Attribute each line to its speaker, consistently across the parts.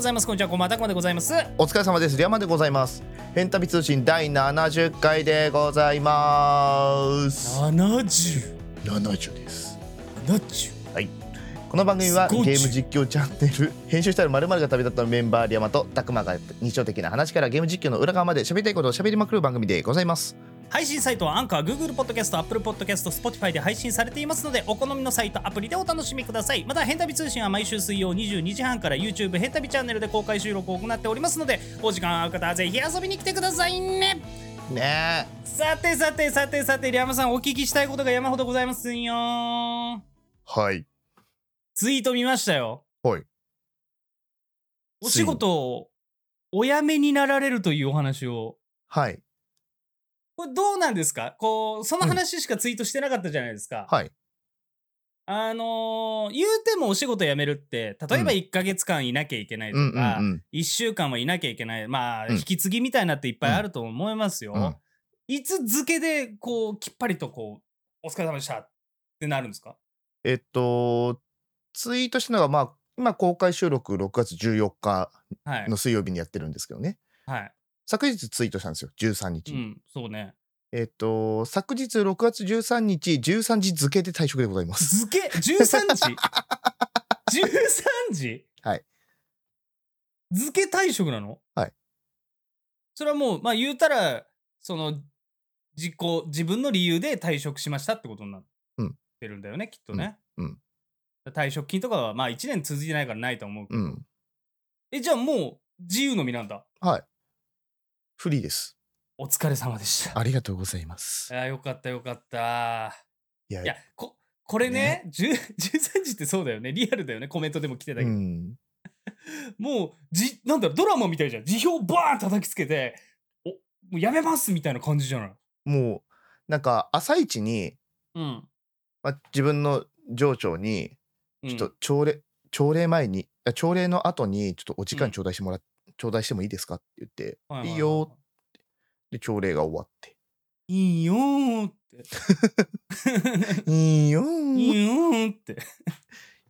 Speaker 1: ざいますこんにちはこんばんはたくまでございます
Speaker 2: お疲れ様です。リアマンでございます。変旅通信第70回でございます。
Speaker 1: 7070
Speaker 2: 70です。
Speaker 1: 70
Speaker 2: はい。この番組は
Speaker 1: すごい
Speaker 2: ゲーム実況チャンネル編集したるまるが旅立ったメンバーリアマとたくまが日常的な話からゲーム実況の裏側まで喋りたいことを喋りまくる番組でございます。
Speaker 1: 配信サイトはアンカー、Google ポッドキャスト、Apple ポッドキャスト、Spotify で配信されていますので、お好みのサイト、アプリでお楽しみください。また、ヘンタビ通信は毎週水曜22時半から YouTube ヘンタビチャンネルで公開収録を行っておりますので、お時間合う方はぜひ遊びに来てくださいね。
Speaker 2: ねえ。
Speaker 1: さてさてさてさて、リャマさん、お聞きしたいことが山ほどございますんよ。
Speaker 2: はい。
Speaker 1: ツイート見ましたよ。
Speaker 2: はい。
Speaker 1: お仕事をお辞めになられるというお話を。
Speaker 2: はい。
Speaker 1: これどうなんですかこう、その話しかツイートしてなかったじゃないですか。
Speaker 2: はい。
Speaker 1: あのー言うてもお仕事辞めるって例えば
Speaker 2: う
Speaker 1: 1ヶ月間いなきゃいけないと
Speaker 2: うんうん
Speaker 1: か、
Speaker 2: うん。
Speaker 1: 1週間はいなきゃいけないまあ、
Speaker 2: うん
Speaker 1: 引き継ぎみたいなっていっぱいあると思いますよ。
Speaker 2: うん
Speaker 1: いつ付けでこうきっぱりとこう「お疲れ様でした」ってなるんですか
Speaker 2: えっと、ツイートしたのが、まあ、今公開収録6月14日
Speaker 1: はい
Speaker 2: の。水曜日にやってるんですけどね。
Speaker 1: はい、
Speaker 2: 昨日ツイートしたんですよ。13日
Speaker 1: う
Speaker 2: に。
Speaker 1: んそうね。
Speaker 2: えっと、昨日6月13日、13時付けで退職でござ います。
Speaker 1: 漬け13時 ?13 時
Speaker 2: はい。
Speaker 1: 漬け退職なの
Speaker 2: はい。
Speaker 1: それはもう、まあ言うたら、その、自己、自分の理由で退職しましたってことになっ
Speaker 2: うん
Speaker 1: てるんだよね、きっとね。
Speaker 2: うん
Speaker 1: 退職金とかは、まあ1年続いてないからないと思うけ
Speaker 2: う
Speaker 1: ど。
Speaker 2: ん。
Speaker 1: え、じゃあもう、自由の身なんだ。
Speaker 2: はい。フリーです。
Speaker 1: お疲れ様でした。
Speaker 2: ありがとうございます
Speaker 1: い。や、よかった、よかった。
Speaker 2: いや
Speaker 1: いや、こ、これね、10 13時ってそうだよね。リアルだよね。コメントでも来てたけ
Speaker 2: う
Speaker 1: ど。
Speaker 2: ん。
Speaker 1: もうじなんだろうドラマみたいじゃん辞表バーン叩きつけて「おもうやめます」みたいな感じじゃない
Speaker 2: もう、なんか、朝一に、
Speaker 1: うん、
Speaker 2: まあ、自分の上長に、
Speaker 1: うん、
Speaker 2: ちょっと朝礼、朝礼前に、あ朝礼の後に、ちょっとお時
Speaker 1: うん
Speaker 2: 間頂戴してもらっ、頂戴してもいいですかって言って、
Speaker 1: はははい
Speaker 2: いよで、朝礼が終わって。
Speaker 1: いいよーって
Speaker 2: いいよ
Speaker 1: い
Speaker 2: ーっ
Speaker 1: いよーって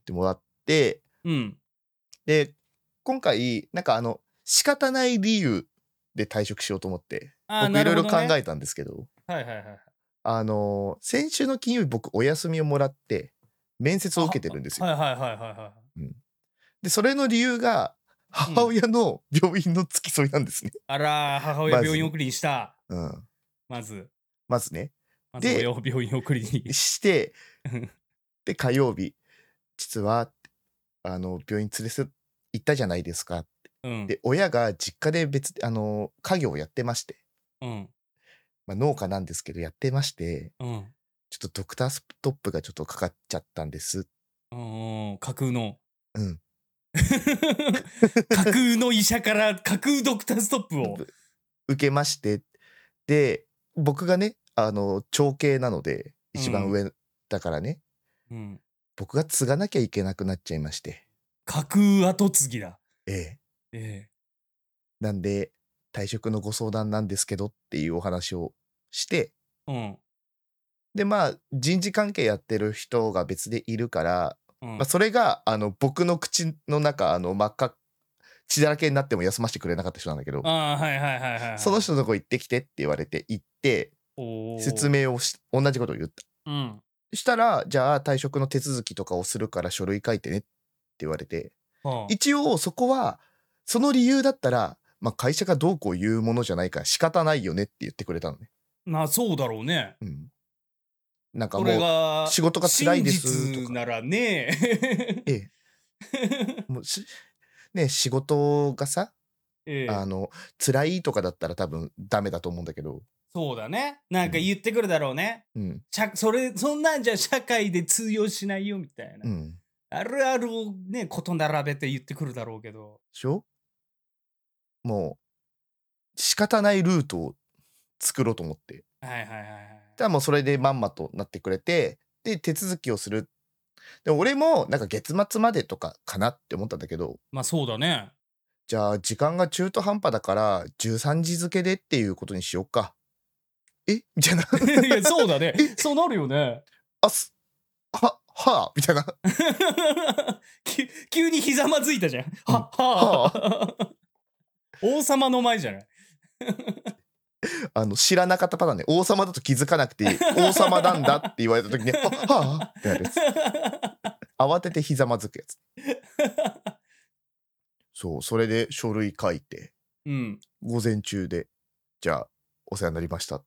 Speaker 2: てもらって、
Speaker 1: うん
Speaker 2: で、今回、なんかあの、仕方ない理由で退職しようと思って、
Speaker 1: あー
Speaker 2: 僕いろいろ考
Speaker 1: なる
Speaker 2: えたんですけど
Speaker 1: ほどねはいはいはい
Speaker 2: あのー先週の金曜日僕お休みをもらって面接を受けてるんですよ。
Speaker 1: はいはいはいはいはい
Speaker 2: でそれの理由が母親の病院の付き添いなんですね。
Speaker 1: あらー母親
Speaker 2: まず
Speaker 1: 病院送りにした
Speaker 2: うん
Speaker 1: まず
Speaker 2: まずね
Speaker 1: まず
Speaker 2: で
Speaker 1: 親を病院送りに
Speaker 2: して
Speaker 1: うん
Speaker 2: で火曜日実はあの病院連れせ行ったじゃないですか。
Speaker 1: うん
Speaker 2: で親が実家で別あの家業をやってまして、
Speaker 1: うん
Speaker 2: まあ、農家なんですけどやってまして
Speaker 1: うん
Speaker 2: ちょっとドクターストップがちょっとかかっちゃったんです。
Speaker 1: うんうん架空の
Speaker 2: うん
Speaker 1: 架空の医者から架空ドクターストッ プを
Speaker 2: 受けましてで僕がねあの長兄なので一番上、だからね
Speaker 1: うん
Speaker 2: 僕が継がなきゃいけなくなっちゃいまして
Speaker 1: 架空跡継ぎだ。
Speaker 2: ええ
Speaker 1: え
Speaker 2: なんで退職のご相談なんですけどっていうお話をして
Speaker 1: え
Speaker 2: でまあ人事関係やってる人が別でいるか
Speaker 1: う
Speaker 2: ら、
Speaker 1: ん。うん
Speaker 2: まあ、それがあの僕の口の中あの真っ赤血だらけになっても休ませてくれなかった人なんだけど
Speaker 1: ああ、はいはいはいはいはい。
Speaker 2: その人のとこ行ってきてって言われて行って
Speaker 1: おー
Speaker 2: 説。明をし同じことを言った。
Speaker 1: うん。
Speaker 2: したら、じゃあ退職の手続きとかをするから書類書いてねって言われて、
Speaker 1: はあ
Speaker 2: 一応そこは、その理由だったら、まあ、会社がどうこう言うものじゃないから仕方ないよねって言ってくれたのね。
Speaker 1: まあそうだろうね。
Speaker 2: うん。なんか
Speaker 1: こ
Speaker 2: も
Speaker 1: れ
Speaker 2: う、
Speaker 1: が
Speaker 2: 仕事が辛いです
Speaker 1: 真
Speaker 2: と
Speaker 1: 実
Speaker 2: か
Speaker 1: ならね
Speaker 2: ええもうしね、仕事がさ、
Speaker 1: ええ
Speaker 2: あの、辛いとかだったら多分ダメだと思うんだけど、
Speaker 1: そうだね。なんか言ってくるだろうね。
Speaker 2: うん、
Speaker 1: 社それそんなんじゃ社会で通用しないよみたいな。
Speaker 2: うん。
Speaker 1: あるあるをねこと並べて言ってくるだろうけど。
Speaker 2: しょもう、仕方ないルートを作ろうと思って。
Speaker 1: はいはいはいはい。
Speaker 2: ただもうそれでまんまとなってくれてで手続きをするでも俺もなんか月末までとかかなって思ったんだけど
Speaker 1: まあそうだね。
Speaker 2: じゃあ時間が中途半端だから13時付けでっていうことにしようかえみたいな
Speaker 1: いやそうだね。そうなるよね。
Speaker 2: あすははあみたいな。
Speaker 1: 急急にひざまずいたじゃん。は、はあ、王様の前じゃない。
Speaker 2: あの知らなかったパターンね王様だと気づかなく て王様なんだって言われた時に「あはあ」ってなるやつ慌ててひざまずくやつそうそれで書類書いて
Speaker 1: うん。
Speaker 2: 午前中で「じゃあお世話になりました」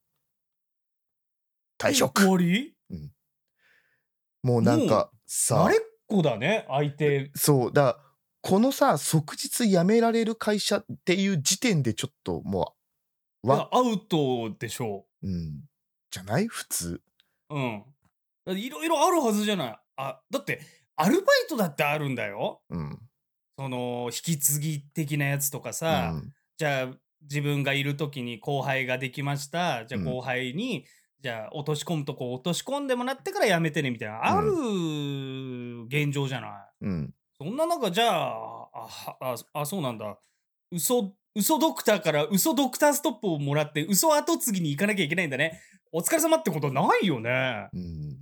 Speaker 2: 退職
Speaker 1: 終わり
Speaker 2: もうなんかさ
Speaker 1: 慣れっこだね、相手。
Speaker 2: そうだからこのさ即日辞められる会社っていう時点でちょっともうわ、
Speaker 1: アウトでしょ
Speaker 2: うん、じゃない普通
Speaker 1: う。うん。だっていろいろあるはずじゃない。あ、だって、アルバイトだってあるんだよ。
Speaker 2: うん、
Speaker 1: その、引き継ぎ的なやつとかさ。
Speaker 2: うん
Speaker 1: じゃあ自分がいる時に後輩ができましたじゃあ
Speaker 2: うん
Speaker 1: 後輩に、じゃあ落とし込むとこ落とし込んでもらってからやめてねみたいなある現状じゃない、
Speaker 2: うん、
Speaker 1: そんな中じゃああああそうなんだ嘘嘘ドクターから嘘ドクターストップをもらって嘘後継ぎに行かなきゃいけないんだねお疲れ様ってことないよね
Speaker 2: うん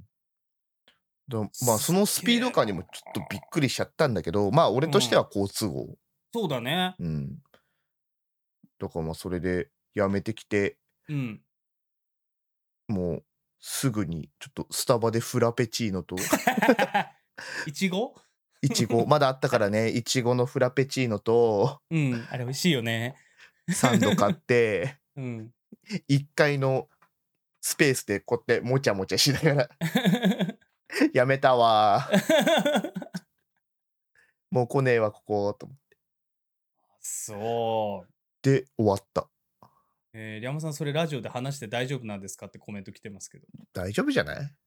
Speaker 2: だまあそのスピード感にもちょっとびっくりしちゃったんだけどまあ俺としては好都合、
Speaker 1: そうだね
Speaker 2: うんだからまあそれでやめてきて
Speaker 1: うん
Speaker 2: もうすぐにちょっとスタバでフラペチーノ と
Speaker 1: いちご
Speaker 2: いちごまだあったからねいちごのフラペチーノと
Speaker 1: うんあれ美味しいよね
Speaker 2: サンド買って
Speaker 1: うん
Speaker 2: 1階のスペースでこうやってもちゃもちゃしながらやめたわーもう来ねえわここと思っ
Speaker 1: そう
Speaker 2: て終わった
Speaker 1: えー、リャマさん、それラジオで話して大丈夫なんですかってコメント来てますけど。
Speaker 2: 大丈夫じゃない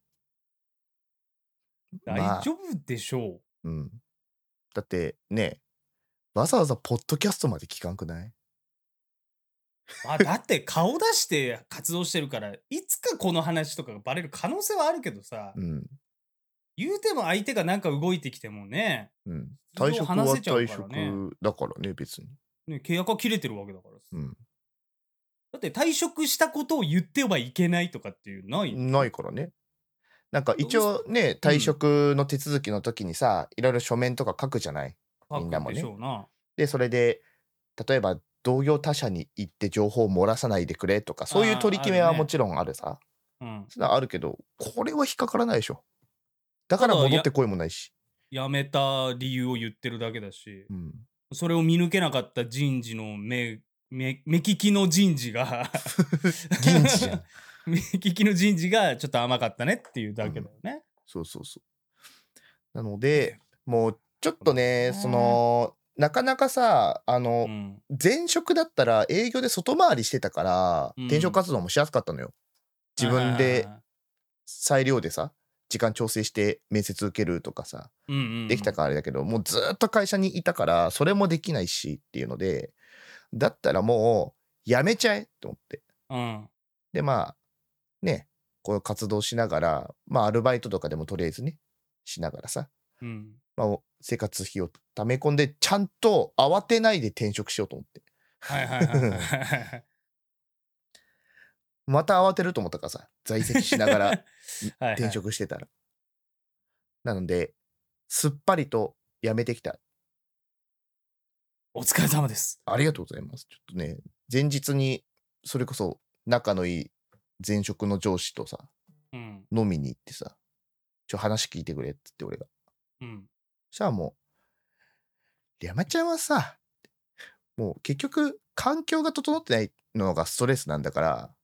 Speaker 1: 大
Speaker 2: まあ
Speaker 1: 丈夫でしょ。
Speaker 2: うん。だってね、わざわざポッドキャストまで聞かんくないう
Speaker 1: まあ、だって顔出して活動してるから、いつかこの話とかがバレる可能性はあるけどさ
Speaker 2: う、ん。
Speaker 1: 言うても相手がなんか動いてきてもね、
Speaker 2: うん。
Speaker 1: 通
Speaker 2: 退職は
Speaker 1: 話せちゃう
Speaker 2: 退
Speaker 1: から
Speaker 2: 職
Speaker 1: ね
Speaker 2: だからね、別に。
Speaker 1: ね契約は切れてるわけだからさ。
Speaker 2: うん。
Speaker 1: だって退職したことを言ってはいけないとかっていうのない、
Speaker 2: ないからね。なんか一応ね、退職の手続きの時にさ、いろいろ書面とか書くじゃない。
Speaker 1: パ
Speaker 2: みんな
Speaker 1: ッ
Speaker 2: も
Speaker 1: ク
Speaker 2: ね
Speaker 1: でしょうな。
Speaker 2: で、それで、例えば同業他社に行って情報を漏らさないでくれとか、そういう取り決め
Speaker 1: あーあ
Speaker 2: は
Speaker 1: るね
Speaker 2: もちろんあるさ。
Speaker 1: うん。
Speaker 2: そういうのはあるけど、これは引っかからないでしょ。だから
Speaker 1: ただ
Speaker 2: 戻ってこいもないし。
Speaker 1: 辞めた理由を言ってるだけだし
Speaker 2: う、ん。
Speaker 1: それを見抜けなかった人事の目、目、目利きの人事 が、
Speaker 2: 銀次じゃん。
Speaker 1: 目利きの人事がちょっと甘かったねっていうだけだよね。
Speaker 2: そうそうそう。なので、もうちょっとね、
Speaker 1: ね
Speaker 2: その、なかなかさ、あの
Speaker 1: う、ん
Speaker 2: 前職だったら営業で外回りしてたから、
Speaker 1: うん
Speaker 2: 転職活動もしやすかったのよ。自分で裁量でさ、時間調整して面接受けるとかさ、できた
Speaker 1: か
Speaker 2: からあれだけど、もうずっと会社にいたから、それもできないしっていうので、だったらもう、やめちゃえと思って。
Speaker 1: うん
Speaker 2: で、まあ、ね、こう活動しながら、まあ、アルバイトとかでもとりあえずね、しながらさ、
Speaker 1: うん
Speaker 2: まあ、お生活費を貯め込んでちゃんと慌てないで転職しようと思って
Speaker 1: はいはいはいはい
Speaker 2: また慌てると思ったからさ在籍しな が
Speaker 1: は
Speaker 2: ら
Speaker 1: いはい
Speaker 2: 転職してたら、なのですっぱりと辞めてきた
Speaker 1: お疲れ様です
Speaker 2: ありがとうございますちょっとね前日にそれこそ仲のいい前職の上司とさ
Speaker 1: うん
Speaker 2: 飲みに行ってさちょ話聞いてくれって言って俺が
Speaker 1: うん
Speaker 2: そしたらもう山ちゃんはさもう結局環境が整ってないのがストレスなんだから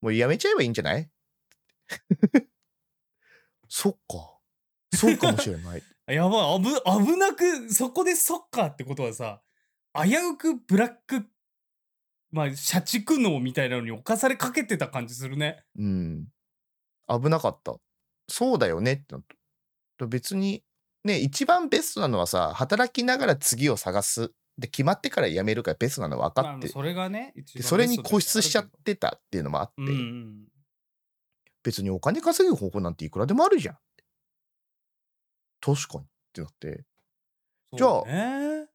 Speaker 2: もうやめちゃえばいいんじゃない そっかそうかもしれない
Speaker 1: あやばい危危なくそこでそっかってことはさ危うくブラックまあ社畜脳みたいなのに侵されかけてた感じするね
Speaker 2: うん危なかったそうだよねってなった別にね一番ベストなのはさ働きながら次を探すで決まってから辞めるからベストなの分か
Speaker 1: まあ
Speaker 2: って、
Speaker 1: それがね一
Speaker 2: で
Speaker 1: 番
Speaker 2: それに
Speaker 1: ベスト
Speaker 2: 固執しちゃっ
Speaker 1: だ
Speaker 2: てたっていうのもあって、
Speaker 1: けどうんうん
Speaker 2: 別にお金稼ぐ方法なんていくらでもあるじゃん。確かにってなって、じゃあ
Speaker 1: そうね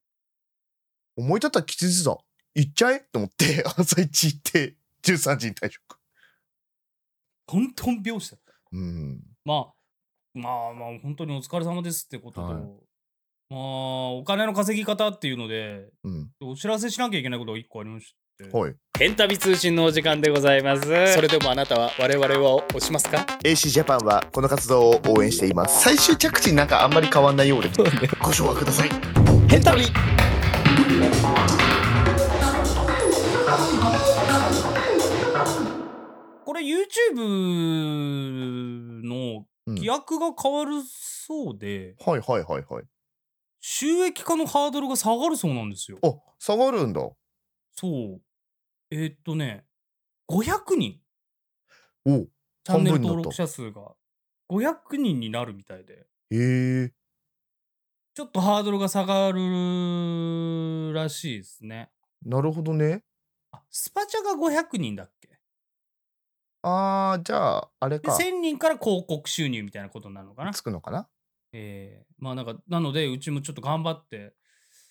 Speaker 2: 思い立ったら吉日だ。行っちゃえと思って、 朝一行って、13時に退職。
Speaker 1: トントン拍子だった
Speaker 2: うん。
Speaker 1: まあまあまあ本当にお疲れ様ですってことと、
Speaker 2: はい
Speaker 1: まあお金の稼ぎ方っていうので
Speaker 2: うん。
Speaker 1: お知らせしなきゃいけないことが1個ありまして
Speaker 2: はい。
Speaker 1: ヘンタビ通信のお時間でございます
Speaker 3: それでもあなたは我々を押しますか
Speaker 2: AC ジャパンはこの活動を応援しています。最終着地なんかあんまり変わんないようで。ご紹介ください。
Speaker 3: ヘンタビ
Speaker 1: これ YouTube の規約が変わるそうで、
Speaker 2: はいはいはいはい。
Speaker 1: 収益化のハードルが下がるそうなんですよ
Speaker 2: あ、下がるんだ。
Speaker 1: そうえーっとね500人
Speaker 2: おう
Speaker 1: チャンネル
Speaker 2: 半分になった
Speaker 1: 登録者数が500人になるみたいで
Speaker 2: へえ。
Speaker 1: ちょっとハードルが下がるらしいですね
Speaker 2: なるほどね。
Speaker 1: あスパチャが500人だっけ
Speaker 2: ああ、じゃあ、あれ
Speaker 1: で
Speaker 2: か。
Speaker 1: 1000人から広告収入みたいなことになるのかな
Speaker 2: つくのかな
Speaker 1: えー、まあなんかなのでうちもちょっと頑張って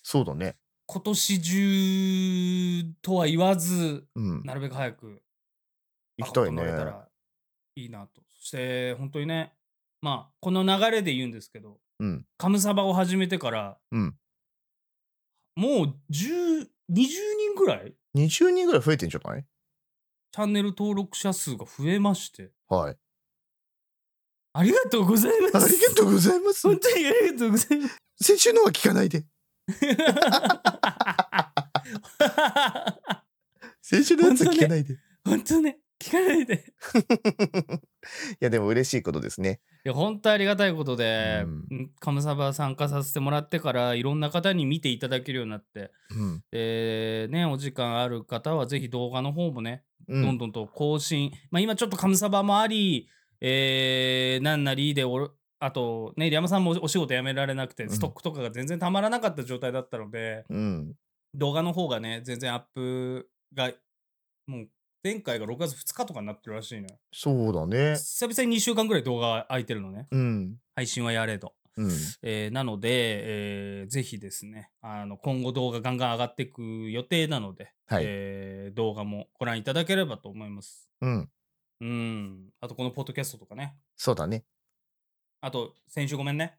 Speaker 2: そうだね。
Speaker 1: 今年中とは言わず
Speaker 2: うん。
Speaker 1: なるべく早く
Speaker 2: 行きたいね
Speaker 1: 上。がってもらえたらいいなとそして本当にねまあこの流れで言うんですけど
Speaker 2: うん。
Speaker 1: カムサバを始めてから、
Speaker 2: うん
Speaker 1: もう10 20人ぐらい
Speaker 2: 20人ぐらい増えてんじゃない
Speaker 1: チャンネル登録者数が増えまして
Speaker 2: はい。
Speaker 1: ありがとうござい
Speaker 2: あ
Speaker 1: ます
Speaker 2: りがとうございます。
Speaker 1: 本当にありがとうございます
Speaker 2: 先週のは聞かないで。先週のやつは聞かないで。い
Speaker 1: 本当ね聞かないで
Speaker 2: や、でも嬉しいことですね。
Speaker 1: いや本当ありがたいことで、
Speaker 2: う
Speaker 1: カムサバ参加させてもらってからいろんな方に見ていただけるようになって、
Speaker 2: うん。
Speaker 1: でね、お時間ある方はぜひ動画の方もね、
Speaker 2: う
Speaker 1: どん
Speaker 2: ん。
Speaker 1: どんと更新、まあ、今ちょっとカムサバもあり、えーなんなりでおるあとね入山さんもお仕事辞められなくて
Speaker 2: ん
Speaker 1: ストックとかが全然たまらなかった状態だったので、
Speaker 2: うん。
Speaker 1: 動画の方がね全然アップがもう前回が6月2日とかになってるらしいのよ
Speaker 2: そうだね。
Speaker 1: 久々に2週間ぐらい動画空いてるのね
Speaker 2: うん。
Speaker 1: 配信はやれと。
Speaker 2: うん。
Speaker 1: えーなので、えーぜひですねあの今後動画ガンガン上がっていく予定なので、
Speaker 2: はい。
Speaker 1: えー動画もご覧いただければと思います
Speaker 2: うん。
Speaker 1: うんあとこのポッドキャストとかね
Speaker 2: そうだね。
Speaker 1: あと先週ごめんね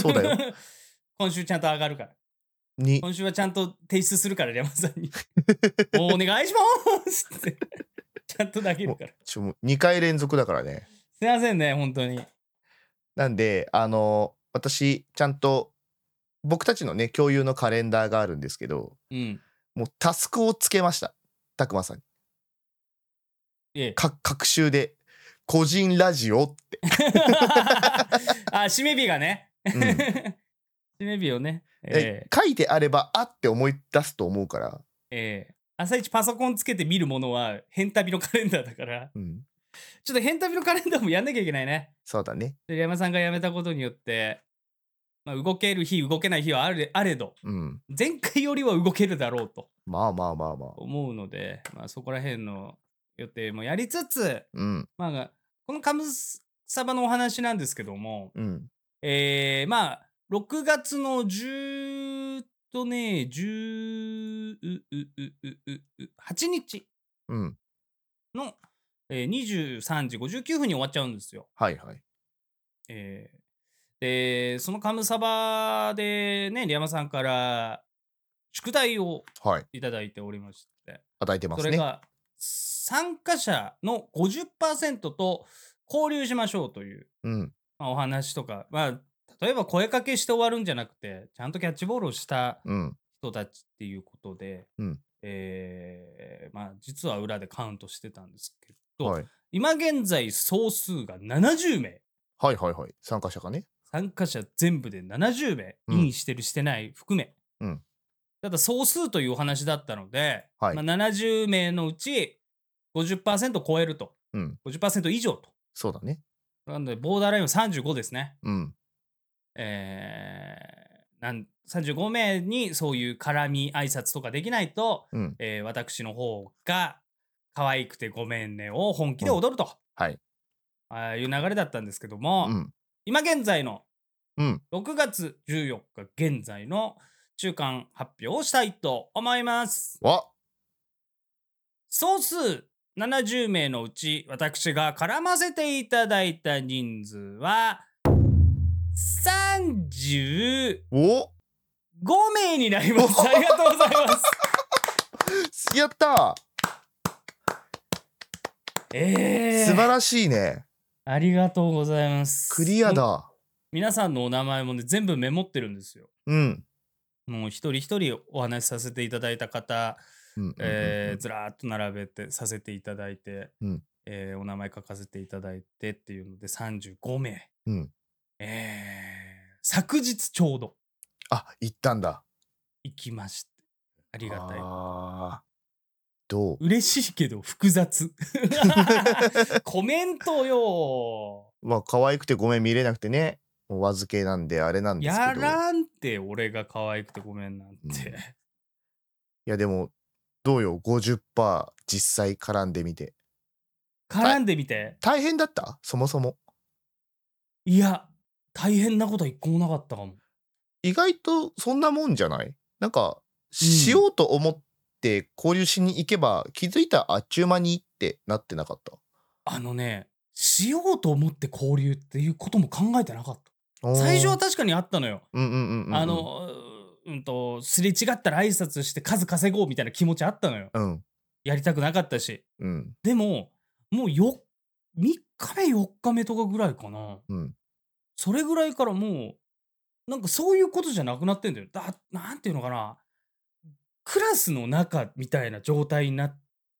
Speaker 2: そうだ よ。
Speaker 1: 今週ちゃんと上がるから
Speaker 2: に。
Speaker 1: 今週はちゃんと提出するから山さん にもうお願いしますって ちゃんと投げるから
Speaker 2: ちょもう2回連続だからね。
Speaker 1: すいませんね本当に
Speaker 2: なんで、あの、私、ちゃんと、僕たちのね、共有のカレンダーがあるんですけど、
Speaker 1: うん
Speaker 2: もうタスクをつけました。たくまさんに。
Speaker 1: ええ
Speaker 2: か、各週で、個人ラジオって。
Speaker 1: あ締め日がね、
Speaker 2: うん
Speaker 1: 締め日をねえ
Speaker 2: え書いてあれば、あって思い出すと思うから。
Speaker 1: ええ朝一パソコンつけて見るものは、変旅のカレンダーだから、
Speaker 2: うん。
Speaker 1: ちょっと変旅のカレンダーもやんなきゃいけないね。
Speaker 2: そうだね。
Speaker 1: で、山さんが辞めたことによって、まあ、動ける日、動けない日はあれあれど、
Speaker 2: うん。
Speaker 1: 前回よりは動けるだろうと
Speaker 2: まあまあまあまあ。
Speaker 1: 思うので、まあ、そこら辺の予定もやりつつ、
Speaker 2: うん。
Speaker 1: まあ、このカムサバのお話なんですけども、
Speaker 2: うん。
Speaker 1: えー、まあ、6月の10とね、10、うううううう8日。
Speaker 2: うん。
Speaker 1: の、えー、23時59分に終わっちゃうんですよ。
Speaker 2: はいはい。
Speaker 1: えーでそのカムサバでねリ山さんから宿題を
Speaker 2: はい。
Speaker 1: いただいておりまして
Speaker 2: 与えてま
Speaker 1: そ
Speaker 2: す
Speaker 1: れ
Speaker 2: ね。
Speaker 1: が参加者の50%と交流しましょうという、
Speaker 2: うん。
Speaker 1: まあ、お話とか、まあ、例えば声かけして終わるんじゃなくてちゃんとキャッチボールをした
Speaker 2: うん。
Speaker 1: 人たちっていうことで、
Speaker 2: うん
Speaker 1: えーまあ、実は裏でカウントしてたんですけど、
Speaker 2: はい。
Speaker 1: 今現在総数が70名
Speaker 2: はいはいはい。参加者がね。
Speaker 1: 参加者全部で70名、
Speaker 2: うん
Speaker 1: インしてるしてない含め、
Speaker 2: うん
Speaker 1: ただ総数というお話だったので、
Speaker 2: はい
Speaker 1: まあ、70名のうち50%超えると、
Speaker 2: うん
Speaker 1: 50%以上と
Speaker 2: そうだね。
Speaker 1: なのでボーダーラインは35ですね、
Speaker 2: うん。
Speaker 1: えーなん35名にそういう絡み挨拶とかできないと、
Speaker 2: うん。
Speaker 1: えー私の方が可愛くてごめんねを本気で踊ると、
Speaker 2: はい
Speaker 1: ああいう流れだったんですけども、
Speaker 2: うん。
Speaker 1: 今現在の
Speaker 2: うん
Speaker 1: 6月14日現在の中間発表をしたいと思います。
Speaker 2: わ
Speaker 1: 総数70名のうち私が絡ませていただいた人数は35
Speaker 2: お
Speaker 1: 名になり ますありがとうございます
Speaker 2: やった
Speaker 1: え
Speaker 2: 素
Speaker 1: ー、
Speaker 2: 晴らしいね。
Speaker 1: ありがとうございます
Speaker 2: クリア
Speaker 1: もう
Speaker 2: だ。
Speaker 1: 皆さんのお名前もね全部メモってるんですよ
Speaker 2: うん。
Speaker 1: もう一人一人お話しさせていただいた方、
Speaker 2: うん
Speaker 1: えーずらーっと並べてさせていただいて、
Speaker 2: うん
Speaker 1: えーお名前書かせていただいてっていうので35名、
Speaker 2: うん
Speaker 1: えー昨日ちょうど
Speaker 2: あ、行ったんだ。
Speaker 1: 行きましてありがたい
Speaker 2: あーどう
Speaker 1: 嬉しいけど複 雑コメントよ
Speaker 2: まあ、可愛くてごめん、見れなくてね。お預けなんで、あれなんですけど。
Speaker 1: やらんて俺が可愛くてごめんなんて、
Speaker 2: うんいや、でも、どうよ、50%実際絡んでみて。
Speaker 1: 絡んでみて
Speaker 2: 大変だったそもそも。
Speaker 1: いや大変なことは一個もなかったかも
Speaker 2: 意外とそんなもんじゃないなんか、しようと思って交流しに行けば、気づいたらあっちゅう間にってなってなかった。
Speaker 1: あのね、しようと思って交流っていうことも考えてなかった。最初は、確かにあったのよ。
Speaker 2: うんうんうんうんうん、
Speaker 1: あ、の、うんと、すれ違ったら挨拶して数稼ごうみたいな気持ちあったのよ。
Speaker 2: うん、
Speaker 1: やりたくなかったし。
Speaker 2: うん、
Speaker 1: でも、もうよ、3日目4日目とかぐらいかな。
Speaker 2: うん。
Speaker 1: それぐらいからもう、なんかそういうことじゃなくなってんだよ。だ、なんていうのかな。クラスの中みたいな状態にな、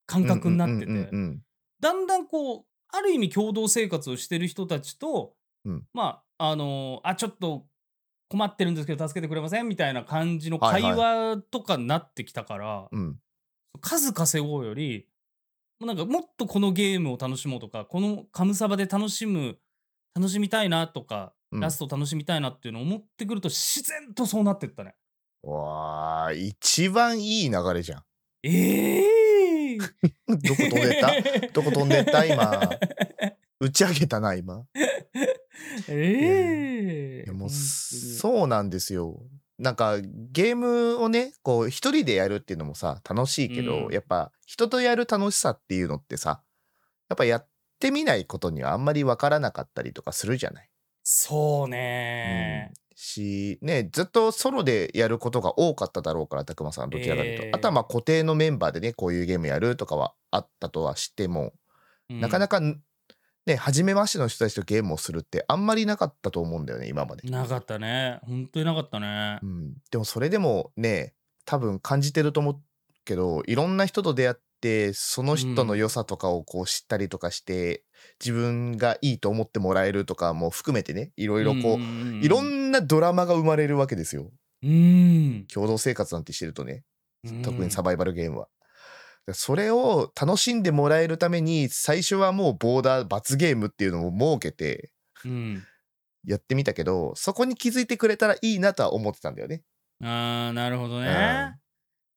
Speaker 1: 感覚になってて。
Speaker 2: うんうんうんうん
Speaker 1: だんだんこうある意味共同生活をしてる人たちと、
Speaker 2: うん
Speaker 1: まああのーあちょっと困ってるんですけど助けてくれませんみたいな感じの
Speaker 2: はい
Speaker 1: 会
Speaker 2: はい
Speaker 1: 話とかになってきたから、
Speaker 2: うん、
Speaker 1: 数稼ごうよりもうなんかもっとこのゲームを楽しもうとかこのカムサバで楽しむ楽しみたいなとか、
Speaker 2: うん
Speaker 1: ラスト楽しみたいなっていうのを思ってくると自然とそうなってったね。
Speaker 2: うわー一番いい流れじゃん。
Speaker 1: ええー、
Speaker 2: どこ飛んでった どこ飛んでった今。打ち上げたな、今。
Speaker 1: ええ
Speaker 2: い
Speaker 1: ー、
Speaker 2: やも
Speaker 1: 本当
Speaker 2: う
Speaker 1: に
Speaker 2: そうなんですよなんかゲームをねこう一人でやるっていうのもさ楽しいけど、
Speaker 1: うん
Speaker 2: やっぱ人とやる楽しさっていうのってさやっぱやってみないことにはあんまりわからなかったりとかするじゃない。
Speaker 1: そうね
Speaker 2: しねずっとソロでやることが多かっただろうからたくまさんはどちらかというと、
Speaker 1: ええ
Speaker 2: あとはまあ固定のメンバーでねこういうゲームやるとかはあったとはしても、なかな
Speaker 1: か
Speaker 2: かね初めましての人たちとゲームをするってあんまりなかったと思うんだよね今まで。
Speaker 1: なかったね本当になかったね
Speaker 2: うん、でもそれでもね多分感じてると思うけどいろんな人と出会ってその人の良さとかをこう知ったりとかして、自分がいいと思ってもらえるとかも含めてねいろいろこう、
Speaker 1: う
Speaker 2: いろ
Speaker 1: なん
Speaker 2: なドラマが生まれるわけですよ
Speaker 1: うん
Speaker 2: 共同生活なんてしてるとね特にサ
Speaker 1: バ
Speaker 2: バイバルゲームは。それを楽しんでもらえるために最初はもうボーダー罰ゲームっていうのを設けて
Speaker 1: うん
Speaker 2: やってみたけどそこに気づいてくれたらいいなとは思ってたんだよね。
Speaker 1: あーなるほどね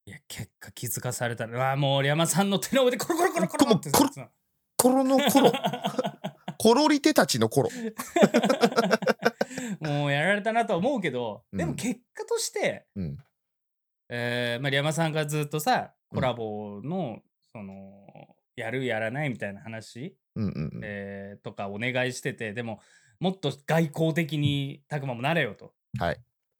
Speaker 1: いや結果気づかされたらうわもう山さんの手の上でコロコロコロコロって
Speaker 2: コロコロの コロコロリテたちの頃。
Speaker 1: もうやられたなとは思うけど、
Speaker 2: うん
Speaker 1: でも結果として、
Speaker 2: うん
Speaker 1: えーまあ、リャマさんがずっとさコラボの、そのやるやらないみたいな話、
Speaker 2: うんうんうん
Speaker 1: えーとかお願いしててでももっと外交的にたくまもなれよと、
Speaker 2: はい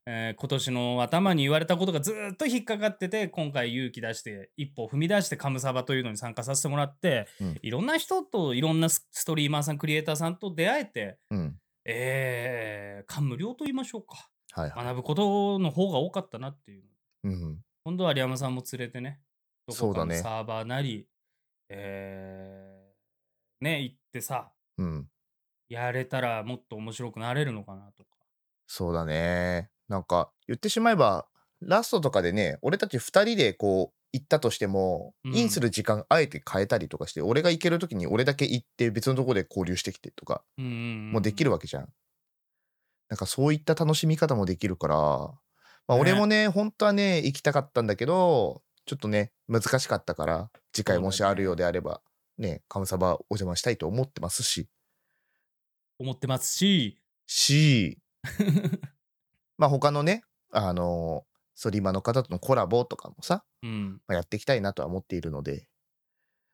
Speaker 1: えー今年の頭に言われたことがずーっと引っかかってて今回勇気出して一歩踏み出してカムサバというのに参加させてもらって、
Speaker 2: うん
Speaker 1: いろんな人といろんなスストリーマーさんクリエイターさんと出会えて、
Speaker 2: うん
Speaker 1: えー、感無量と言いましょうか
Speaker 2: はいはい。
Speaker 1: 学ぶことの方が多かったなっていう
Speaker 2: うん
Speaker 1: 今度は有山さんも連れてね、どこか
Speaker 2: そうだ
Speaker 1: の
Speaker 2: ね
Speaker 1: サーバーなり、えーね、行ってさ、
Speaker 2: うん
Speaker 1: やれたらもっと面白くなれるのかなとか。
Speaker 2: そうだね。なんか言ってしまえばラストとかでね俺たち2人でこう行ったとしても、
Speaker 1: うん
Speaker 2: インする時間あえて変えたりとかして俺が行ける時に俺だけ行って別のとこで交流してきてとか
Speaker 1: うんうんうん
Speaker 2: もうできるわけじゃん。なんかそういった楽しみ方もできるから、まあ、
Speaker 1: ね
Speaker 2: 俺もね本当はね行きたかったんだけどちょっとね難しかったから次回もしあるようであればねカムサバお邪魔したいと思ってますし
Speaker 1: 思ってますし、
Speaker 2: しまあ他のねあのソリマの方とのコラボとかもさ、
Speaker 1: うん、
Speaker 2: まあやっていきたいなとは思っているので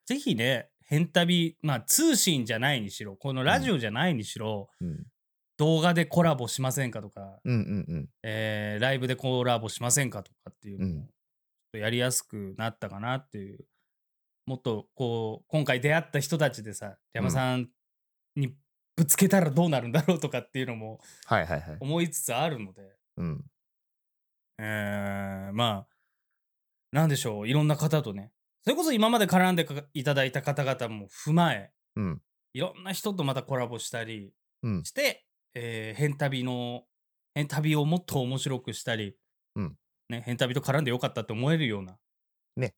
Speaker 1: ぜひね、変旅、まあ通信じゃないにしろ、このラジオじゃないにしろ、
Speaker 2: うん
Speaker 1: 動画でコラボしませんかとか、
Speaker 2: うんうん
Speaker 1: えーライブでコラボしませんかとかっていうの
Speaker 2: うん
Speaker 1: も、ちょっとやりやすくなったかなっていう。もっとこう、今回出会った人たちでさ、山さんにぶつけたらどうなるんだろうとかっていうのも
Speaker 2: はいはいはい。
Speaker 1: 思いつつあるので、
Speaker 2: うん
Speaker 1: えーまあ、なんでしょう、いろんな方とね、それこそ今まで絡んでかいただいた方々も踏まえ、
Speaker 2: うん
Speaker 1: いろんな人とまたコラボしたり
Speaker 2: うん
Speaker 1: して、えー、変旅の、変旅をもっと面白くしたり、
Speaker 2: うん
Speaker 1: ね、変旅と絡んでよかったと思えるような、
Speaker 2: ね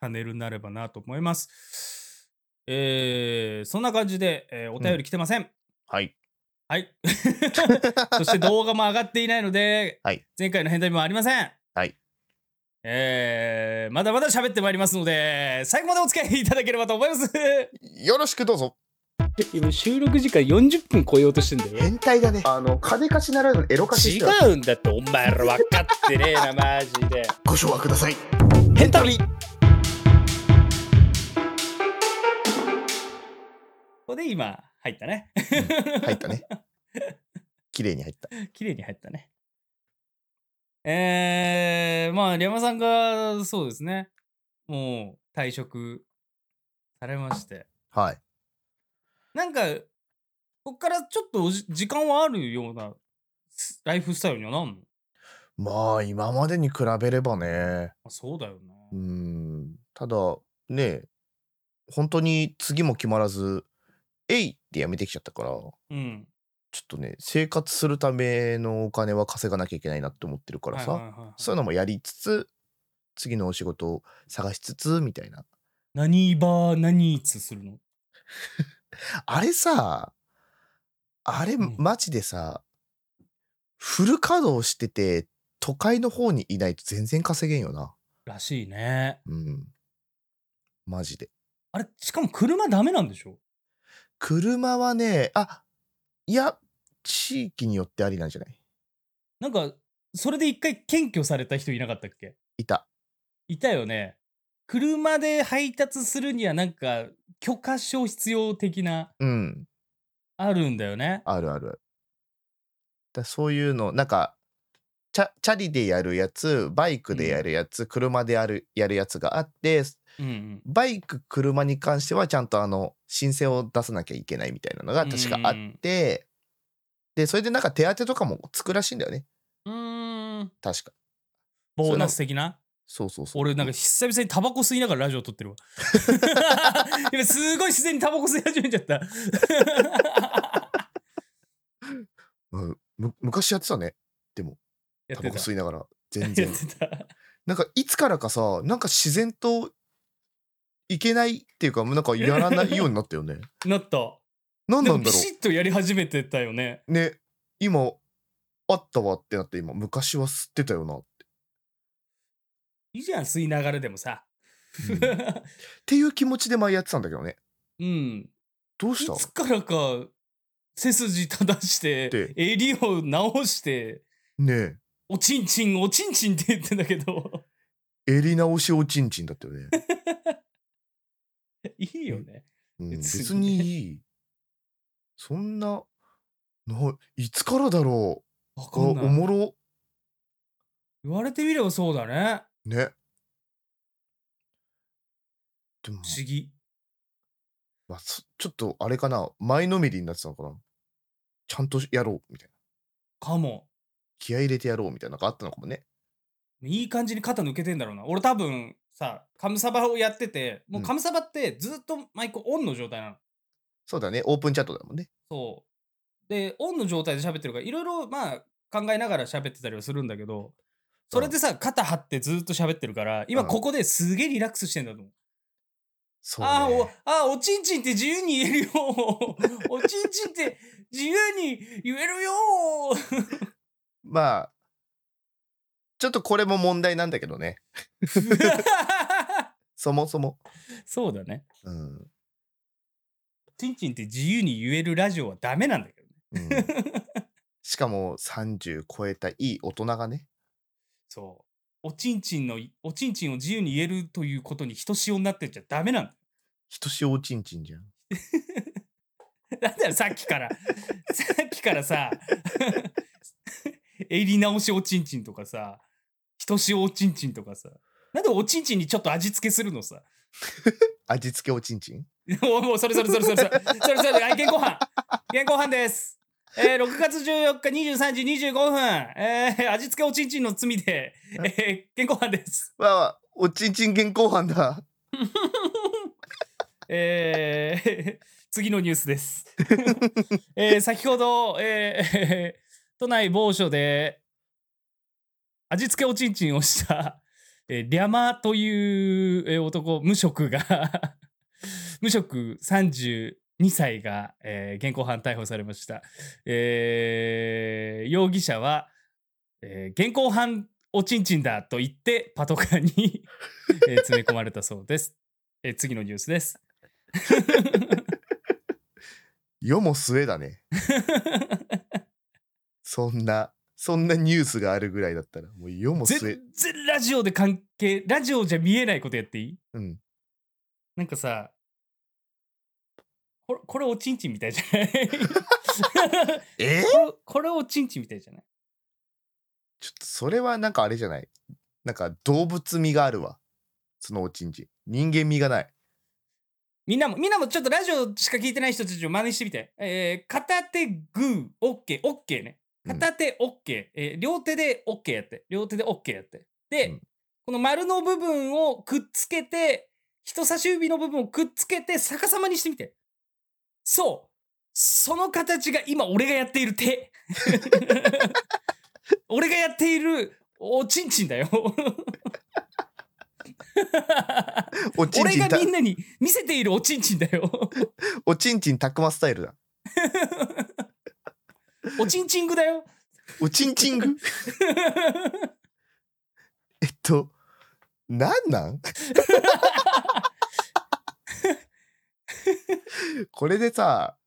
Speaker 1: チャンネルになればなと思います。えーそんな感じで、えーお便り来てません。
Speaker 2: はい。
Speaker 1: はい。 そして動画も上がっていないので、
Speaker 2: はい
Speaker 1: 前回の変態もありません。
Speaker 2: はい
Speaker 1: えーまだまだ喋ってまいりますので、最後までお付き合いいただければと思います。
Speaker 2: よろしくどうぞ。
Speaker 3: 今収録時間40分超えようとしてんだよ
Speaker 2: 変態だね。あの、金貸しならぬエロ貸ししては
Speaker 3: 違うんだってお前ら分かってねえなマジで
Speaker 2: ご唱和ください。
Speaker 3: ヘンタビ
Speaker 1: ここで今、入ったね。
Speaker 2: 入ったね。 綺麗に入った。
Speaker 1: 綺麗に入ったね。えー、まあ、リャマさんが、そうですね、もう退職されまして。
Speaker 2: はい。
Speaker 1: なんか、こっからちょっとおじ時間はあるようなすライフスタイルにはなんの
Speaker 2: まあ、今までに比べればね。
Speaker 1: あそうだよな。
Speaker 2: うーん。ただ、ね本当に次も決まらず、えいってやめてきちゃったから、ちょ
Speaker 1: うん。
Speaker 2: っとね、生活するためのお金は稼がなきゃいけないなって思ってるからさ、
Speaker 1: はいはいはいはい
Speaker 2: そういうのもやりつつ、次のお仕事を探しつつ、みたいな。
Speaker 1: 何バー何いつするの
Speaker 2: あれさ、あれ
Speaker 1: ん
Speaker 2: マジでさ、フル稼働してて、都会の方にいないと全然稼げんよな。
Speaker 1: らしいね。
Speaker 2: うん。マジで。
Speaker 1: あれ、しかも車ダメなんでしょ
Speaker 2: 車はね、あ、いや、地域によってありなんじゃない
Speaker 1: なんか、それで一回検挙された人いなかったっけ
Speaker 2: いた。
Speaker 1: いたよね。車で配達するにはなんか許可証必要的な
Speaker 2: うん。
Speaker 1: あるんだよね。
Speaker 2: あるあるある。だそういうの、なんか、チャチャリでやるやつ、バイクでやるやつ、車であるやるやつがあって、
Speaker 1: うんうん。
Speaker 2: バイク、車に関してはちゃんとあの申請を出さなきゃいけないみたいなのが確かあって、で、それでなんか手当とかもつくらしいんだよね、
Speaker 1: うーん。
Speaker 2: 確か。
Speaker 1: ボーナス的な
Speaker 2: そうそうそう。
Speaker 1: 俺なんか久々にタバコ吸いながらラジオ撮ってる わ。今すごい自然にタバコ吸い始めちゃ った。
Speaker 2: うんむ昔やってたね、
Speaker 1: や
Speaker 2: タバコ吸
Speaker 1: い
Speaker 2: いながら、全
Speaker 1: や
Speaker 2: 然
Speaker 1: っ。てた。
Speaker 2: なんかいつからかさ、なんか自然といけないっていうか、もうなんかやらないようになった よね。
Speaker 1: なった。
Speaker 2: 何
Speaker 1: で
Speaker 2: な
Speaker 1: も
Speaker 2: んだ
Speaker 1: ビ
Speaker 2: ろ
Speaker 1: シッとやり始めてたよね。
Speaker 2: う。ね、今、あったわってなって、今、昔は吸ってたよな。っ
Speaker 1: いいじゃん、吸いながらでもさ。
Speaker 2: うん ていう気持ちで前やってたんだけどね。
Speaker 1: うん。
Speaker 2: どう
Speaker 1: い
Speaker 2: した
Speaker 1: つからか背筋正して
Speaker 2: で、
Speaker 1: 襟を直して、
Speaker 2: ね
Speaker 1: おちんちん、おちんちんって言ってんだけど、
Speaker 2: え、襟直しおちんちんだったよね。
Speaker 1: いいよね。
Speaker 2: うん
Speaker 1: 別
Speaker 2: 別
Speaker 1: に
Speaker 2: に
Speaker 1: ね
Speaker 2: いい。そんな、ないつからだろ
Speaker 1: わ
Speaker 2: う
Speaker 1: か
Speaker 2: あ
Speaker 1: ん
Speaker 2: お
Speaker 1: ない。
Speaker 2: もろ。
Speaker 1: 言われてみればそうだね。
Speaker 2: ね。でも
Speaker 1: 不、思議。
Speaker 2: まあ、そちょっとあれかな、前のめりになってたのかな。ちゃんとやろうみたいな。
Speaker 1: かも。
Speaker 2: 気合い入れてやろうみたいなのがあったのかもね。
Speaker 1: いい感じに肩抜けてんだろうな。俺多分さ、カムサバをやってて、もうカムサバってずっとマイクオンの状態なの。
Speaker 2: そうだね、オープンチャットだもんね。
Speaker 1: そう。で、オンの状態で喋ってるから、いろいろまあ考えながら喋ってたりはするんだけど、それでさ、肩張ってずっと喋ってるから、今
Speaker 2: うん
Speaker 1: ここですげえリラックスしてんだと思う。
Speaker 2: そう、ね。
Speaker 1: ああーお、あーおちんちんって自由に言え るよ。おちんちんって自由に言えるよ。
Speaker 2: まあ、ちょっとこれも問題なんだけどね。そもそも。
Speaker 1: そうだね。
Speaker 2: うん。
Speaker 1: ちんちんって自由に言えるラジオはダメなんだけどね。
Speaker 2: うん、しかも30超えたいい大人がね。
Speaker 1: そう。おちんちんの、おちんちんを自由に言えるということに等しおになってちゃダメなんだ。
Speaker 2: ひとしおちんちんじゃん。
Speaker 1: なんだよ、さっきから。 さっきからさ、 襟直しおちんちんとかさ、ひとしおちんちんとかさ。なんでおちんちんにちょっと味付けするのさ。
Speaker 2: 味付けおちんちん
Speaker 1: もうもうそれそれそれそれそれそれそれはい現行犯現行犯ですえー、6月14日23時25分、えー、味付けおちんちんの罪で、えー、現行犯です。
Speaker 2: わあわあ、おちんちん現行犯だ。
Speaker 1: えー、 次のニュースです。えー、先ほど、えー、都内某所で味付けおちんちんをした、えー、リャマという、えー男、無職が、無職32歳が、えー現行犯逮捕されました。えー容疑者は、えー現行犯おちんちんだと言ってパトカーに、えー詰め込まれたそうです。えー次のニュースです。
Speaker 2: 世も末だね。そんな、そんなニュースがあるぐらいだったら、もう世も末
Speaker 1: 全。然ラジオで関係ラジオじゃ見えないことやっていい
Speaker 2: うん。
Speaker 1: なんかさこれこれおちんちんみたいじゃない
Speaker 2: え
Speaker 1: これこれおちんちんみたいじゃない
Speaker 2: ちょっとそれはなんかあれじゃないなんか動物味があるわ。そのおちんちん。人間味がない。
Speaker 1: みんなもみんなもちょっとラジオしか聞いてない人たちを真似してみて、えー片手グーオッケーオッケーね
Speaker 2: うん
Speaker 1: 片手オッケー、えー両手でオッケーやって両手でオッケーやってで、
Speaker 2: うん
Speaker 1: この丸の部分をくっつけて人差し指の部分をくっつけて逆さまにしてみてそうその形が今俺がやっている 手俺がやっているおちんちんだよ
Speaker 2: おちん
Speaker 1: 俺
Speaker 2: ちん
Speaker 1: が
Speaker 2: た
Speaker 1: みんなに見せているおちんちんだよ
Speaker 2: おちんちんたくまスタイルだ。
Speaker 1: おちんちんぐだよ
Speaker 2: おちんちんぐえっと、なんなんこれでさ、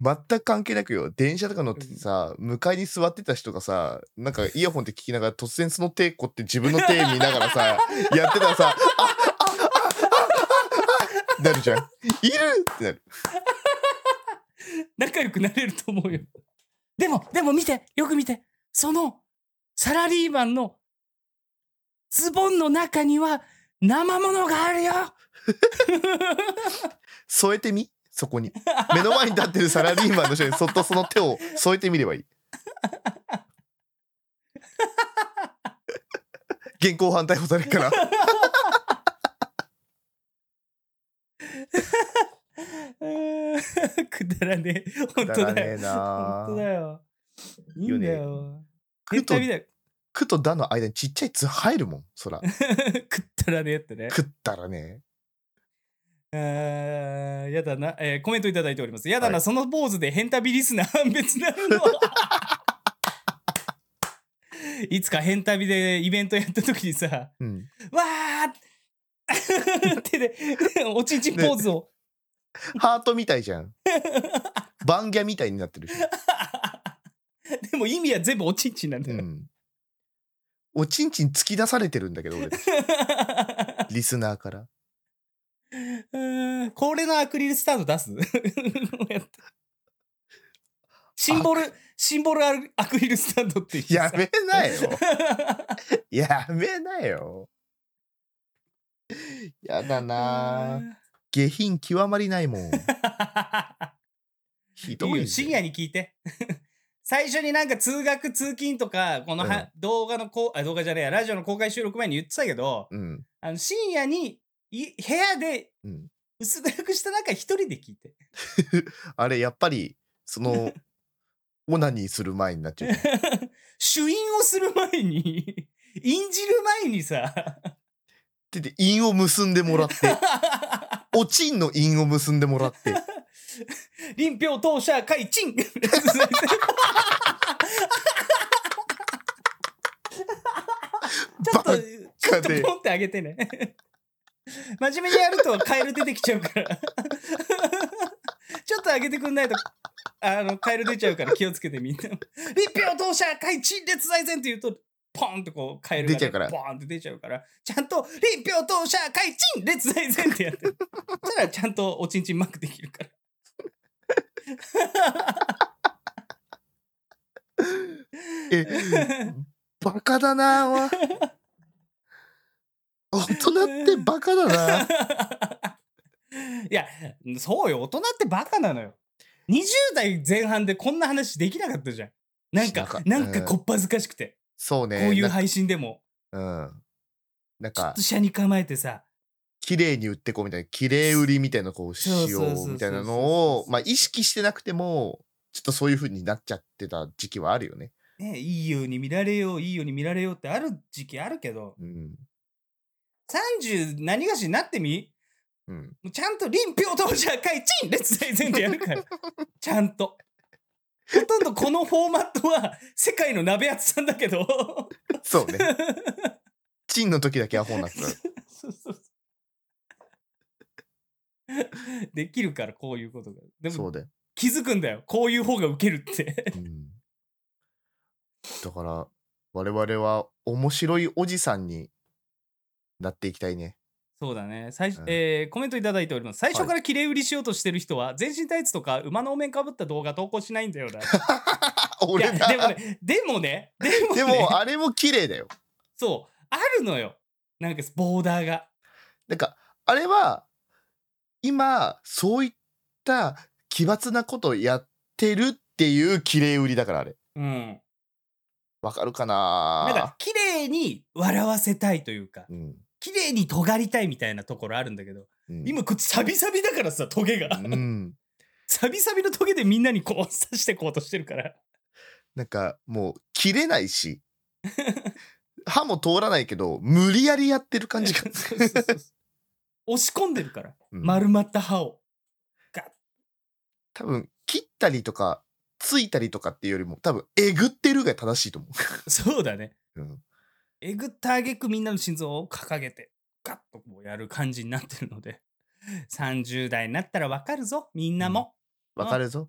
Speaker 2: 全く関係なくよ。電車とか乗っててさ、向かいに座ってた人がさ、なんかイヤホンで聞きながら突然その手こって自分の手見ながらさ、やってたらさ、ああああああなるじゃん。いるってなる。
Speaker 1: 仲良くなれると思うよ。でも、でも見て、よく見て、そのサラリーマンのズボンの中には生ものがあるよ
Speaker 2: 添えてみそこに。目の前に立ってるサラリーマンの人にそっとその手を添えてみれば いい。現行犯逮捕されるから。
Speaker 1: うーんくだらねえ。本当
Speaker 2: だら
Speaker 1: だ
Speaker 2: ねえ
Speaker 1: よ。
Speaker 2: なあ
Speaker 1: 本当だよ。いいんだよ。
Speaker 2: く
Speaker 1: 絶
Speaker 2: と
Speaker 1: 対見ない。
Speaker 2: くとだの間にちっちゃい「つ」入るもんそ ら
Speaker 1: くったらねえってね。
Speaker 2: 食ったらね
Speaker 1: あーやだな、えーコメントいただいております。やだな、
Speaker 2: はい
Speaker 1: その坊主でヘンタビリスナー判別なるの。 いつかヘンタビでイベントやった時にさ、わ
Speaker 2: うん
Speaker 1: ー 手で、おちんちんポーズを。
Speaker 2: ハートみたいじゃんバンギャみたいになってるし、
Speaker 1: でも意味は全部おちんちんなんだ
Speaker 2: う
Speaker 1: よ。
Speaker 2: ん、おちんちん突き出されてるんだけど俺リスナーから
Speaker 1: うーん これのアクリルスタンド出す やったシンボル、シンボルアルアクリルスタンドって言ってさ
Speaker 2: やめなよやめなよ やだな あ 下品極まりないもん ひど
Speaker 1: いい
Speaker 2: い
Speaker 1: よ
Speaker 2: ぜ
Speaker 1: 深夜に聞いて 最初になんか通学通勤とかこのは、
Speaker 2: うん
Speaker 1: 動画のこうあ動画じゃねえやラジオの公開収録前に言ってたけど
Speaker 2: うん
Speaker 1: あの深夜にい部屋で
Speaker 2: うん
Speaker 1: 薄暗くした中一人で聞いて
Speaker 2: あれやっぱりそ のオナニーする前になっちゃう
Speaker 1: 主飲をする前に 飲じる前にさ
Speaker 2: 手で韻を結んでもらって おちんの韻を結んでもら って
Speaker 1: 臨氷当社会 賃ちょっ
Speaker 2: バ
Speaker 1: と、
Speaker 2: ッ
Speaker 1: ちょっとポンってあげてね。 真面目にやるとカエル出てきちゃうから。 ちょっとあげてくんないと、あの、カエル出ちゃうから気をつけてみんな。 立票当社会陳列財前って言うと、ポンとこうカエルが、
Speaker 2: 出ちゃうから
Speaker 1: ポンって出ちゃうから、ちゃんと立票当社会陳列財前ってやってる。そらちゃんとおちんちんマークできるから。
Speaker 2: え、バカだな は。大人ってバカ だな。
Speaker 1: いや、そうよ、大人ってバカなのよ。20代前半でこんな話できなかったじゃん。なん
Speaker 2: しなか
Speaker 1: か
Speaker 2: っ、た
Speaker 1: なんかこっぱずかしくて、
Speaker 2: そうね。
Speaker 1: こういう
Speaker 2: なんか
Speaker 1: 配信でも、
Speaker 2: うん。なん
Speaker 1: ちょ
Speaker 2: か
Speaker 1: っと、車に構えてさ、
Speaker 2: 綺麗に売ってこうみたいな、綺麗売りみたいなこうしよ
Speaker 1: そうそうそうそう
Speaker 2: うみたいなのを、まあ意識してなくても、ちょっとそういう風になっちゃってた時期はあるよね。
Speaker 1: ね、いいように見られよう、いいように見られようってある時期あるけど、
Speaker 2: うん。
Speaker 1: 30何がしになってみ
Speaker 2: うん。
Speaker 1: もうちゃんと臨氷当社会チン列大前提やる から。ちゃんと。ほとんどこのフォーマットは世界の鍋厚さんだけど。
Speaker 2: そう ね。チンの時だけアホになった。
Speaker 1: そうそう そうできるからこういうことが。で
Speaker 2: そ
Speaker 1: も
Speaker 2: うだよ。
Speaker 1: 気づくんだよ。こういう方がウケるって。
Speaker 2: うん、だから、我々は面白いおじさんになっていきたいね。
Speaker 1: そうだね最初
Speaker 2: うん
Speaker 1: えーコメントいただいております最初
Speaker 2: はい
Speaker 1: から綺麗売りしようとしてる人は全身タイツとか馬のお面かぶった動画投稿しないんだよない
Speaker 2: 俺
Speaker 1: や
Speaker 2: だ。
Speaker 1: でもねでもねでもね
Speaker 2: でも、あれも綺麗だよ。
Speaker 1: そうあるのよなんかボーダーが
Speaker 2: なんか、あれは、今、そういった奇抜なことをやってるっていう綺麗売りだから、あれ。
Speaker 1: うん
Speaker 2: わかるか
Speaker 1: なんか
Speaker 2: な
Speaker 1: 綺麗に笑わせたいというか
Speaker 2: うん。
Speaker 1: 綺麗に尖りたいみたいなところあるんだけど
Speaker 2: うん
Speaker 1: 今こっちサビサビだからさトゲが
Speaker 2: うん。
Speaker 1: サビサビのトゲでみんなにこう刺してこうとしてるから
Speaker 2: なんか、もう、切れない し。歯も通らないけど、無理やりやってる感 じが。
Speaker 1: そうそうそうそう押し込んでるから
Speaker 2: うん
Speaker 1: 丸まった歯を
Speaker 2: 多分切ったりとかついたりとかっていうよりも多分えぐってるが正しいと思
Speaker 1: そうだね
Speaker 2: う、うん、
Speaker 1: えぐったあげくみんなの心臓を掲げてガッとこうやる感じになってるので30代になったらわかるぞみんなも、
Speaker 2: わかるぞ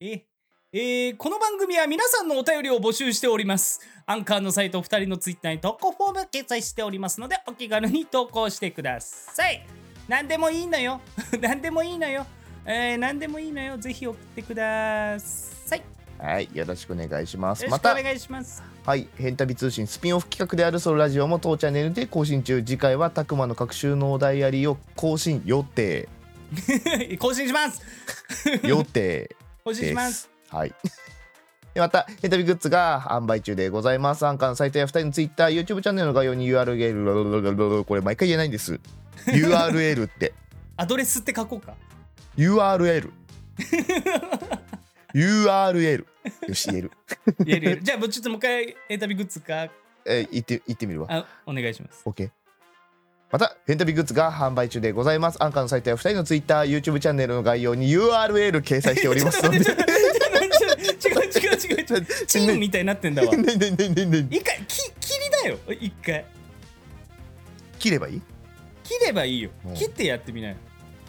Speaker 1: ええーこの番組は皆さんのお便りを募集しておりますアンカーのサイト2人のツイッターに投稿フォーム掲載しておりますのでお気軽に投稿してください何でもいいのよ何でもいいのよ、えー、何でもいいのよぜひ送ってくださいよ
Speaker 2: はいよろしくお願いしま
Speaker 1: ろし
Speaker 2: す
Speaker 1: くお
Speaker 2: また
Speaker 1: 願いします
Speaker 2: はい「変旅通信」スピンオフ企画であるソロラジオも当チャンネルで更新中次回はたくまの各週のダイアリーを更新予 定
Speaker 1: 更新します
Speaker 2: 予定
Speaker 1: 更新し
Speaker 2: で
Speaker 1: ます
Speaker 2: すはいでまた、ヘンタビグッズが販売中でございます。アンカーのサイトや2人のツイッター、YouTube チャンネルの概要に URL、これ毎回言えないんです。URL って。
Speaker 1: アドレスって書こうか
Speaker 2: URL。URL。よし、言える。
Speaker 1: 言える言えるじゃあもうちょっともう一回エンタビグッズか
Speaker 2: えー、言って、言ってみるわ。
Speaker 1: あお願いします
Speaker 2: オッケー。また、ヘンタビグッズが販売中でございます。アンカーのサイトや2人の Twitter、YouTube チャンネルの概要に URL 掲載しておりま すので。
Speaker 1: ちょっと待ってちょっと待って違う違う違う違うチームみたいになってんだわ
Speaker 2: ねねねねねねね
Speaker 1: 一回き切りだよ一回
Speaker 2: 切ればいい
Speaker 1: 切ればいいよ
Speaker 2: うん
Speaker 1: 切ってやってみ ない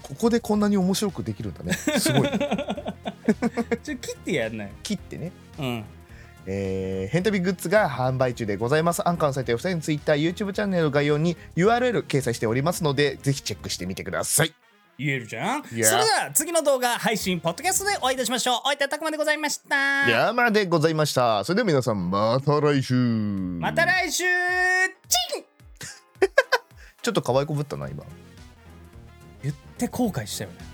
Speaker 2: ここでこんなに面白くできるんだね。すごい。
Speaker 1: ちょ切ってやんない
Speaker 2: 切ってね。
Speaker 1: うん
Speaker 2: えー、ヘンタビグッズが販売中でございます。アンカーのサイトや2人の Twitter、YouTube チャンネルの概要に URL 掲載しておりますので、ぜひチェックしてみてください。
Speaker 1: 言えるじゃんそれ
Speaker 2: Yeah
Speaker 1: では次の動画配信ポッドキャストでお会いいたしましょうおいたたくまでございました
Speaker 2: 山でございました。それでは皆さん、また来週。
Speaker 1: ま
Speaker 2: ま
Speaker 1: た来週チン
Speaker 2: ちょっと可愛いこぶったな、今。
Speaker 1: 言って後悔したよね